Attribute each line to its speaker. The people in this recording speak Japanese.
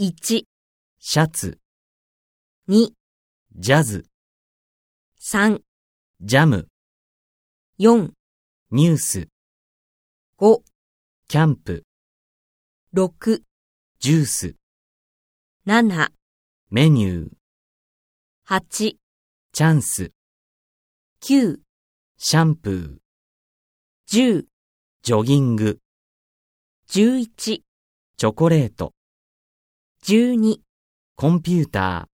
Speaker 1: 1、
Speaker 2: シャツ、
Speaker 1: 2、
Speaker 2: ジャズ、
Speaker 1: 3、
Speaker 2: ジャム、
Speaker 1: 4、
Speaker 2: ニュース、
Speaker 1: 5、
Speaker 2: キャンプ、
Speaker 1: 6、
Speaker 2: ジュース、
Speaker 1: 7、
Speaker 2: メニュー、
Speaker 1: 8、
Speaker 2: チャンス、
Speaker 1: 9、
Speaker 2: シャンプー、
Speaker 1: 10、
Speaker 2: ジョギング、
Speaker 1: 11、
Speaker 2: チョコレート、
Speaker 1: 12。
Speaker 2: コンピューター。